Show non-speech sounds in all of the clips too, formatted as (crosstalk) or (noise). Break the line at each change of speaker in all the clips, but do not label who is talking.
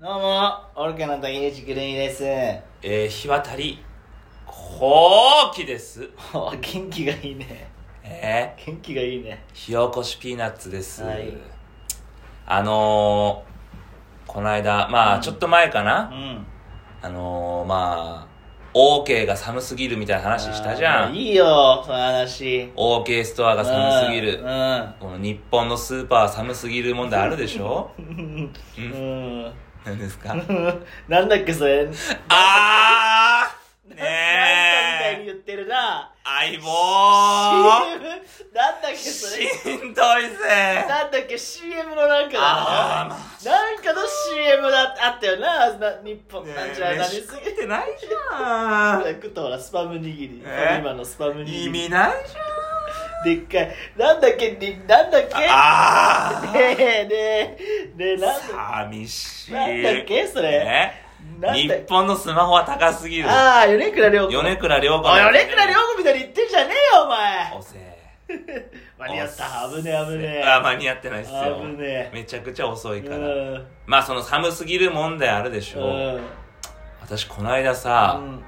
どうも、オルケの竹内くるみ
(laughs)
です。
えー、日渡り、後期です。
お元気がいいね。
えー、
元気がいいね。
火起こしピーナッツです。
はい
あのー、この間、ま
う
あ、
ん
ちょっと前か
う
な、
ん。
あのー、まあ、OK が寒すぎるみたいな話したじゃ
あー
ん。
いいよ、その話。
OK ストアが寒すぎる
う。ん。
この日本のスーパー寒すぎる問題あるで
(laughs)
しょ
うん。うん。
何ですか
なんだ (laughs) っけ、それ。ね
あー
なんかみ
ね
たいに
え
言ってるな。
相
CM
棒
(laughs) なんだっけ、そ
し
れ。
んどいぜ
なんだっけ CM のなんかだ
あー
な
ま
なんかの CM だあったよなな日本
ねえ
なんちゃら何
飯
すぎ
食ってないじゃん
食ったほらスパム握り、
え
今のスパム握り
意味ないじ
でっかい。なんだっけ、になんだっけ
ゃんあ
ねえねえ、ねえ、
あ
なんだ
寂しい
なんだっけそれ
ね
なん
日
だっけ
本のスマホは高すぎる
ああ、米倉涼子。
米倉涼子
おい米倉涼子みたいに言ってんじゃねえよ、お前
おせえ
間に合った、危ねえ、危ねえ。
あ間に合ってないっすよ
危ねえ
めちゃくちゃ遅いから
うん。
まあその寒すぎる問題あるでしょ
うん
私この間さ
うん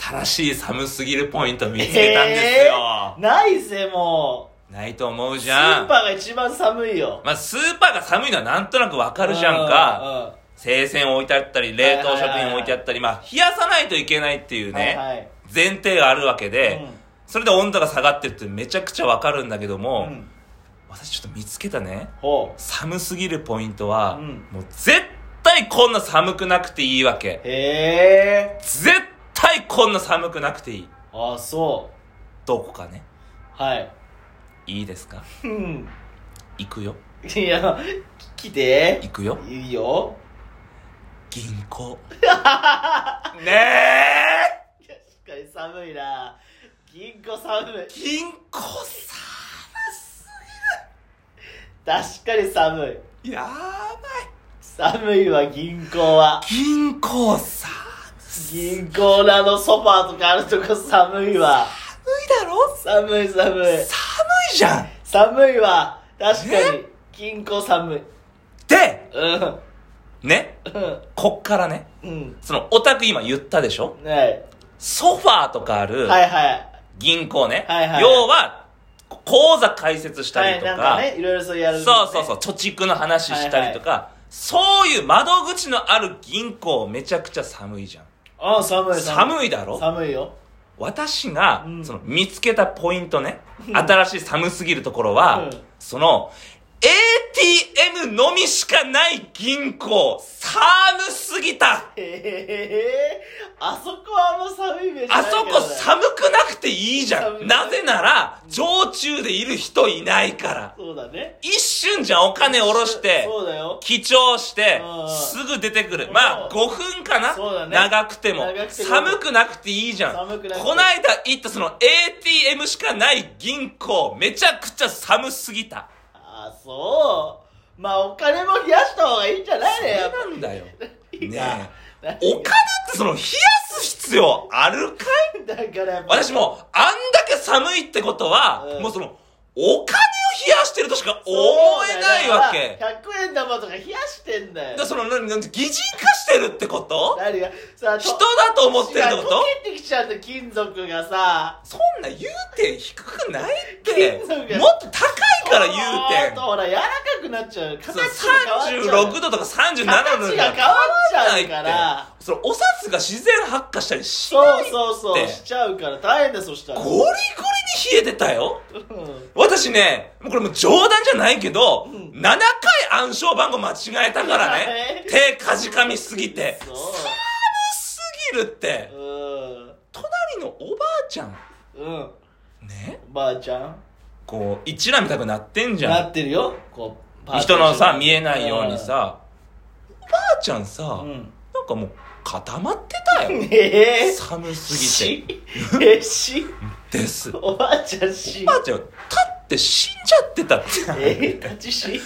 新しい寒すぎるポイント見つけたんですよ
えーないぜ、も
ないと思う
う。
じゃ
スー
ん
パーが一番寒いよ。
まあスーパーが寒いのはなんとなくわかるじゃんか
か。
生鮮置いてあったり冷凍食
はいはいはい
品置いてあったり、まあ、冷やさないといけないっていう
うん
ね、
はいはい
前提があるわけで、
うん
それで温度が下がってるってめちゃくちゃわかるんだけども、
うん
私ちょっと見つけたね
ほう。
寒すぎるポイントは、
うん
もう絶対こんな寒くなくていいわけ
へえ。
絶対こんな寒くなくていい
ああ、そう。
どこかね
はい。
いいですか
うん。
行くよ
いや、き来て。
行くよ
いいよ。
銀
(laughs)
行ねえ
確かに寒いな銀行寒い
銀行さ
確かに寒い
やばい
寒いわ銀行は
銀行さ
銀行のあのソファーとかあるとこ寒いわ
寒いだろ
寒い寒い
寒いじゃん
寒いわ確かに銀行寒い
で
うん
ね
うん
こっからね
うん
そのオタク今言ったでしょ
ね
ソファーとかあ
え
る
はいはい
銀行ね、
はいはい
要は口座開設した
は
り
い
と
なん
か,、
かねいろいろそうやる、ね、
そうそうそう貯蓄の話したりとか、そういう窓口のある銀行めちゃくちゃ寒いじゃん
あ寒い
寒
い
いだろ
寒いよ
私が、
うん
その見つけたポイントね、新しい寒すぎるところは、
うん
その、ATM のみしかない銀行、寒すぎた
へえあそこはもう寒いイメージない
あ
け
そ
どね
こ寒くなくていいじゃ
寒い
んなぜなら、常駐でいる人いないから。
そうだね
一瞬じゃん、お金下ろして、
そうだよ
記帳して
うん、
すぐ出てくる
う。ん
まあ、5分かな
そうだね
長くても
長くても
寒くなくていいじゃん。
寒くなくて
こないだ行ったその ATM しかない銀行、めちゃくちゃ寒すぎた。
あーそうまあお金も冷やした方がいいんじゃない
そ
の
れ
やっぱ
なんだよ。ねえ。
りな
お金
な
ってその冷やす必要あるかい
(laughs) だからやっぱ
私も、あんだけ寒いってことは
う、ん
もうその、お金を冷やしてるとしか思えないわけ。
そうだよ100円玉とか冷やしてんだよ
だからその、な、な、擬人化してるってこと
何がさあ
人だと思ってるってこ
違う
と
溶けてきちゃうと金属がさ
そんな言うてん低くないって
金属が
もっと高いから言
ちょ
う
ってと
ん
ほら柔らかくなっちゃう形が変わっちゃう
36度とか37度
形が変わっちゃうから
それお札が自然発火したりしない
そうそうそう
って
しちゃうから大変だよそしたら
ゴリゴリに冷えてたよ
うん
私ねもうこれもう冗談じゃないけど、
うん
7回暗証番号間違えたから
(laughs)
ね手かじかみすぎて
そう
すぎるって
うん
隣のおばあちゃん
うん
ね
ばあちゃん
こう一覧みたくなってんじゃん
なってるよこうパーティショ
人
ン
のさ見えないようにさおばあちゃんさ、
うん
なんかもう固まってたよ
ねえ
寒すぎ
してえし
ですお
おばあちゃんし
ばあちゃん立って死んじゃってたって立
え立ちし
ち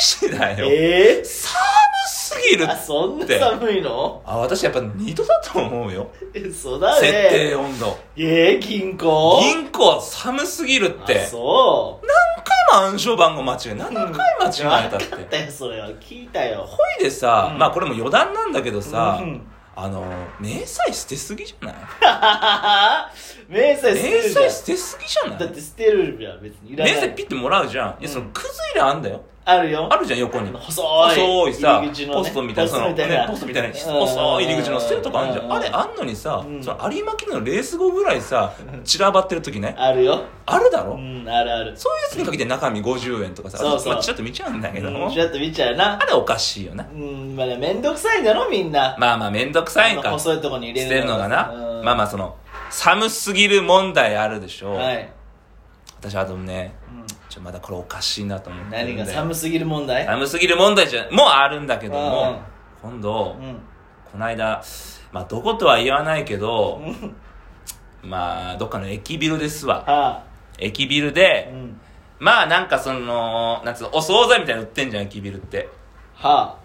死だよ、
ええ
寒すぎる
あそんな寒いの
あ私やっぱ二度だと思うよ
えそうだ
設定
ね
温度
えー、銀行
銀行寒すぎるって
あそう
何回も暗証番号間違え何回間違えたって、
分かったよそれは聞いたよ
ほいでさ、
うん
まあこれも余談なんだけどさ、
うん
あの明細捨てすぎじゃない
明細捨て
明
るじゃ
細
ん
捨てすぎじゃな
だっ
い
て捨てるじゃん別にいら
明
ない
細ピッてもらうじゃん、いやその
うん
クズ入れあんだよ
あるよ
あるじゃん横に
細い
細いさ、
入り口のね
ポストみたいなそのねポストみたいな細い入り口の捨てるとこあるじゃ
うんん
あれあんのにさ、
うん
その有馬記念のレース後ぐらいさ散らばってる時ね
あるよ
あるだろ、
うんあるある
そういうやつにかけて中身50円とかさ
そうそう
まあちょっと見ちゃうんだけど、
うんちらっと見ちゃうな
あれおかしいよな
うんまあね面倒くさいんだろみんな
まあまあめんどくさいん
あの
か捨
細いとこに入れ
てるのがなまあ
あ
まあその寒すぎる問題あるでしょ、
はい
私あとね
うん
ちょまだこれおかしいなと思ってる
何
んだよ
が寒すぎる問題
寒すぎる問題じゃもうあるんだけども今
う
度
ん
この間まあどことは言わないけど
うん
まあどっかの駅ビルですわ
は
駅ビル
あう
で
ん
まあなんかそのなんつうのお惣菜みたいなの売ってんじゃん駅ビルって
は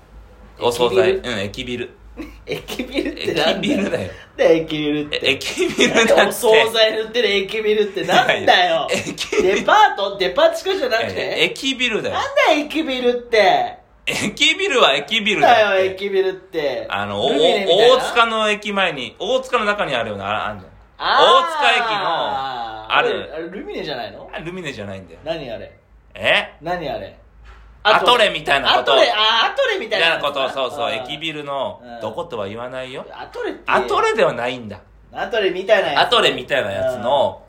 あ
お惣菜
駅ビル
うん駅
駅ビ
ビル
ルってな
駅
ん
ビ
だ
ル
よ
だよ
で駅ビルっ
え
て
駅ビルだ
な
っ
ん
て
でお惣菜塗ってる駅ビルってなんだよ
いやいや駅ビル
デパートデパ地下じゃなく
いやいや
て
駅ビルだよ
なんだよ駅ビルって
駅ビルは駅ビ
な
ル
ん
だ
だよ
って
駅ビルって
あの、お
ルミネみたいな
大塚の駅前に、大塚の中にあるような、ああんじゃん。
あー
大塚駅のある
あれルミネじゃないの
あルミネじゃないんだよ。
何あれ
え
何あれ
アトレみたいなこと
アトレあーアトレみ
み
た
た
い
い
な
なことを、そうそう、駅
ル
ビルの
うん、
どことは言わないよ。
アトレって
アトレではないんだ。
アトレみたいなやつ
アトレみたいなやつの、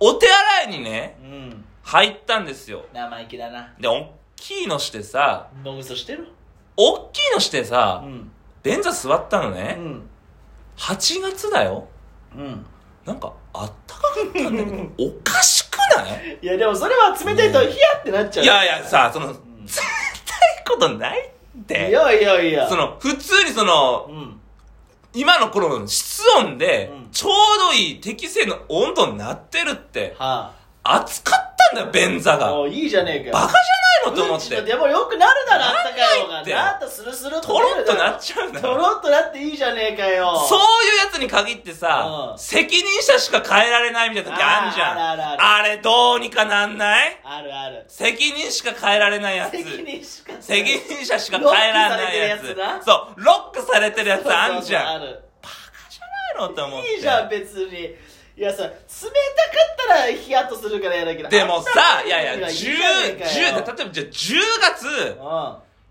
お手洗いにね、
うん
入ったんですよ。
生意気だな
で、おっきいのしてさ、
脳みそしてる
おっきいのして
う
さ、
ん
便座座ったの
う
ね。
ん
8月だよ。
うん
なんか、あったかかったんだけど、おかしくない
いやでもそれは冷たいとヒヤってなっちゃう
い
い
やいや、さ、その、
ん
絶対ことないって。
いやいやいや
その、普通にその、
うん
今の頃の室温で
うん、
ちょうどいい適正の温度になってるって、
は
暑かったんだよ、便座
あも
が。
ういいじゃねえかよ
バカじゃないのと思っ
うんちの
て。
でもよくなるだろあったかい方が
なんないって
なったスルスル
とろっとなっ
ち
ちゃうんだ
と
よ。
ろっとなっていいじゃねえかよ
そういうやつに限ってさ
う、ん
責任者しか変えられないみたいな時あんじゃん。
ああるある
あれどうにかなんない
あるある
責任しか変えられないやつ。
責任しか
責任者しか変えられないや
ロックされて
つ
るやつな
そうロックされてるやつあんじ
そう
ゃん
そうそうある
バカじゃないのと思って
いいじゃん別にいやさ冷たかったらヒヤッとするからやだけど
でも
あ
さ
っ
い
たか
やいや1010
時にはいいじ
例
ゃ
え
ねえ
ば
かよ
じゃあ10月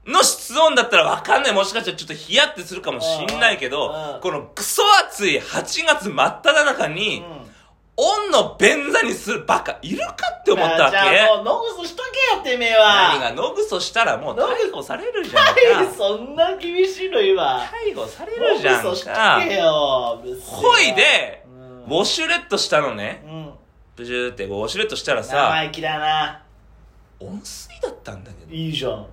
の室温だったらわかんないもしかしたらちょっとヒヤってするかもしんないけ
うんう
ど
ん
このクソ暑い8月真っ只中に
うん、うん
オンの便座にするバカいるかって思ったわ
じ
け
ゃあもうノグソしとけやってめえ
何
は
がノグソしたらもう逮捕されるじゃんか
はいそんな厳しいの今
逮捕され
ノ
る
グ
じゃん
ソしと
か
けよ別に
ほいで
うん
ウォシュレットしたのね
うん
プジューってウォシュレットしたら
生
さ
意気だな
温水だったんだけど
いいじゃん
お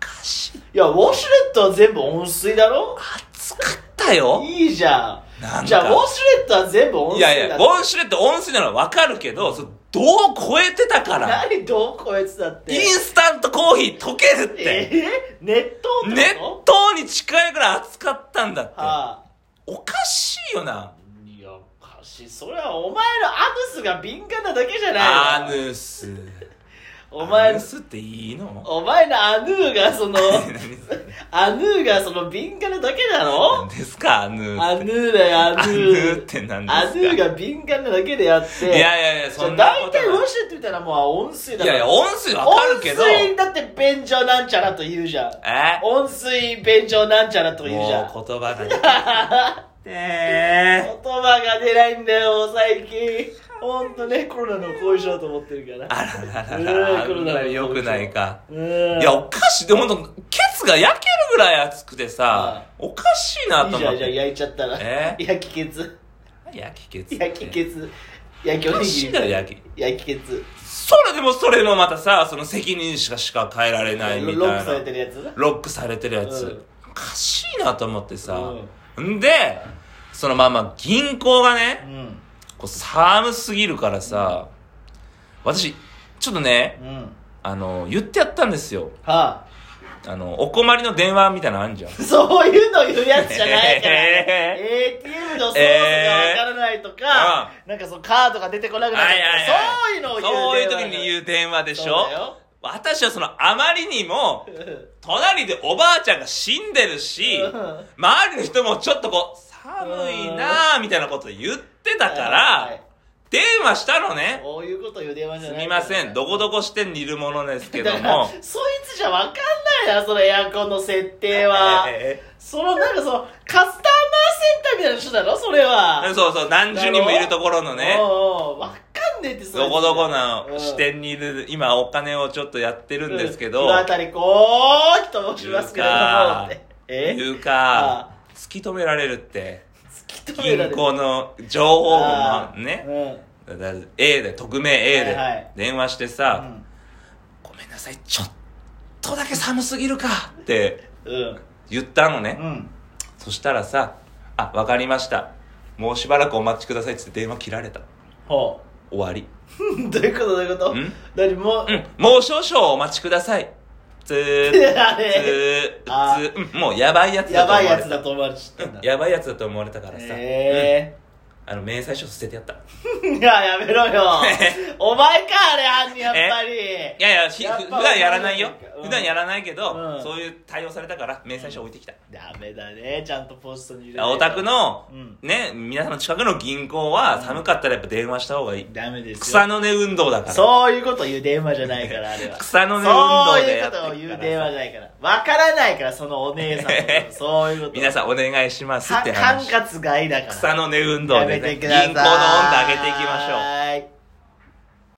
かしい
いやウォシュレットは全部温水だろ
暑かったよ
いいじゃ
なん
ん
か
じゃあウォシュレットは全部温
い
水だ
やいやウォシュレット温水なのは分かるけどそれどう超えてたから
何どうこいつだって
インスタントコーヒー溶けるって
えー、熱湯って
熱
こと
湯に近いぐらい暑かったんだって
はあ
おかしいよない
やおかしいそれはお前のアヌスが敏感なだけじゃ
ア
ないの
ヌス
お前
アヌ
の
スっていいの
お前のアヌーが
(laughs)
その
何それ
アヌーがその敏感なだけなの
何ですかアヌ
ア
ー
ヌーだよアヌ
アヌーっ
ー
て何
アヌ
です
ー
か
が敏感なだけであって
いやいやいや
じゃ
そ
あ
んな
大
こ
体ウォ
と
シュレット見たらもう温水だ
ないい
か
や
ら
いや温水わかるけど
温水だって便所なんちゃらと言うじゃん
え
温水便所なんちゃらと言うじゃん
もう言葉が出てき
(laughs)
てねえ
言葉が出ないんだよ最近ほんとねコロナの後遺症だと思ってるから
あらららら、あ
うん
んまり良くないか。
うーん
いや、おかしい。でもほんと、ケツが焼けるぐらい熱くてさ、おかしいないと
いじ
思
ゃ
っ
んじゃあ
て。
焼いちゃったら
え
焼きケツ
焼きケツって。
焼きケツ焼きお
おか
に
し
ぎ
い
り
だろ、焼き。
焼きケツ
それでもそれもまたさ、その責任しかしか変えられないみたいな。
ロックされてるやつな
ロックされてるやつ、
うん
おかしいなと思ってさ、んでそのまあまあ銀行が
う
ね
ん
こう寒すぎるからさ、私ちょっとね
うんは
あの言ってやったんですよ
あ
あのお困りの電話みたいなのあんじゃ
(laughs)
ん
そういうの言うやつじゃない
(laughs)
から
え
ATM の操作がわからないとかなんかそのカードが出てこなくなるとか
はいはいはい
そういうのを言う
そういう時に
う
言う電話でし
そう
ょ
だよ
私はその、あまりにも、隣でおばあちゃんが死んでるし、
うん
周りの人もちょっとこう、寒いなぁ、みたいなこと言ってたか
はいは
ら
い、
電話したのね。
こういうこと言う電話じゃ
す
ない
みません、どこ
こ
どこ支店にいるものですけ
け
ど (laughs) も。
そいつじゃわかんないなそのエアコンの設定は
えー
そのなんかそのカスタマーセンターみたいな人だろそれは
そうそう、何十人もいるところのね。
おうおうわかんねえってそいつ
どこどこの支
う
店にいる、今お金をちょっとやってる
ん
んですけど
この、辺りこうと申しますけれどもってえ
言う
あ
か、突き止められるって、
突き止めら
銀
れる
行の情報
あ
も
ー
ね、
うん
だから A で、匿名 A
はいは
で
い
電話して
う
さ、
ん
ごめんなさい、ちょっとだけ寒すぎるかって
うん
言ったのね。
うん
そしたらさ、あ、わかりました。もうしばらくお待ちくださいっつって電話切られた。
ほ
終わり。
うどういうことどういうこと
ん
何もう
うん、もう少々お待ちください。つー、
(laughs)
つ
あれあ
ー、つー、うん、もうやばいやつだ
や
と思
ば
わ
い
れ
や
た
つ。だと思われちゃったんだ
やばいやつだと思われたからさ、
え
うんあの明細書捨ててやったい
えいややめろよお前かあれ犯人やっぱり
やいやひ
やっぱ
普段やらないよ、
うん
普段やらないけど、
うん
そういう対応されたから明細書置いてきた、
ダメだねちゃんとポストに入れないと
お宅の、
うん
ね皆さんの近くの銀行は寒かったらやっぱ電話した方がいい、
ダメですよ
草の根運動だから
そういうこと言う電話じゃないから、あれは。
草の根運動
そう
で
い
や
う
ってる
こと
か
を
ら
言う電話じゃないから。わからないから、そのお姉さんのこと。そう
(laughs)
いうこと。
皆さんお願いしますっ
か
て
管
話
轄外だから。
草の根運動
や
で、
め
ね、
て
銀
く
行
ださ
の
い。
温度上げていきましょう
はい。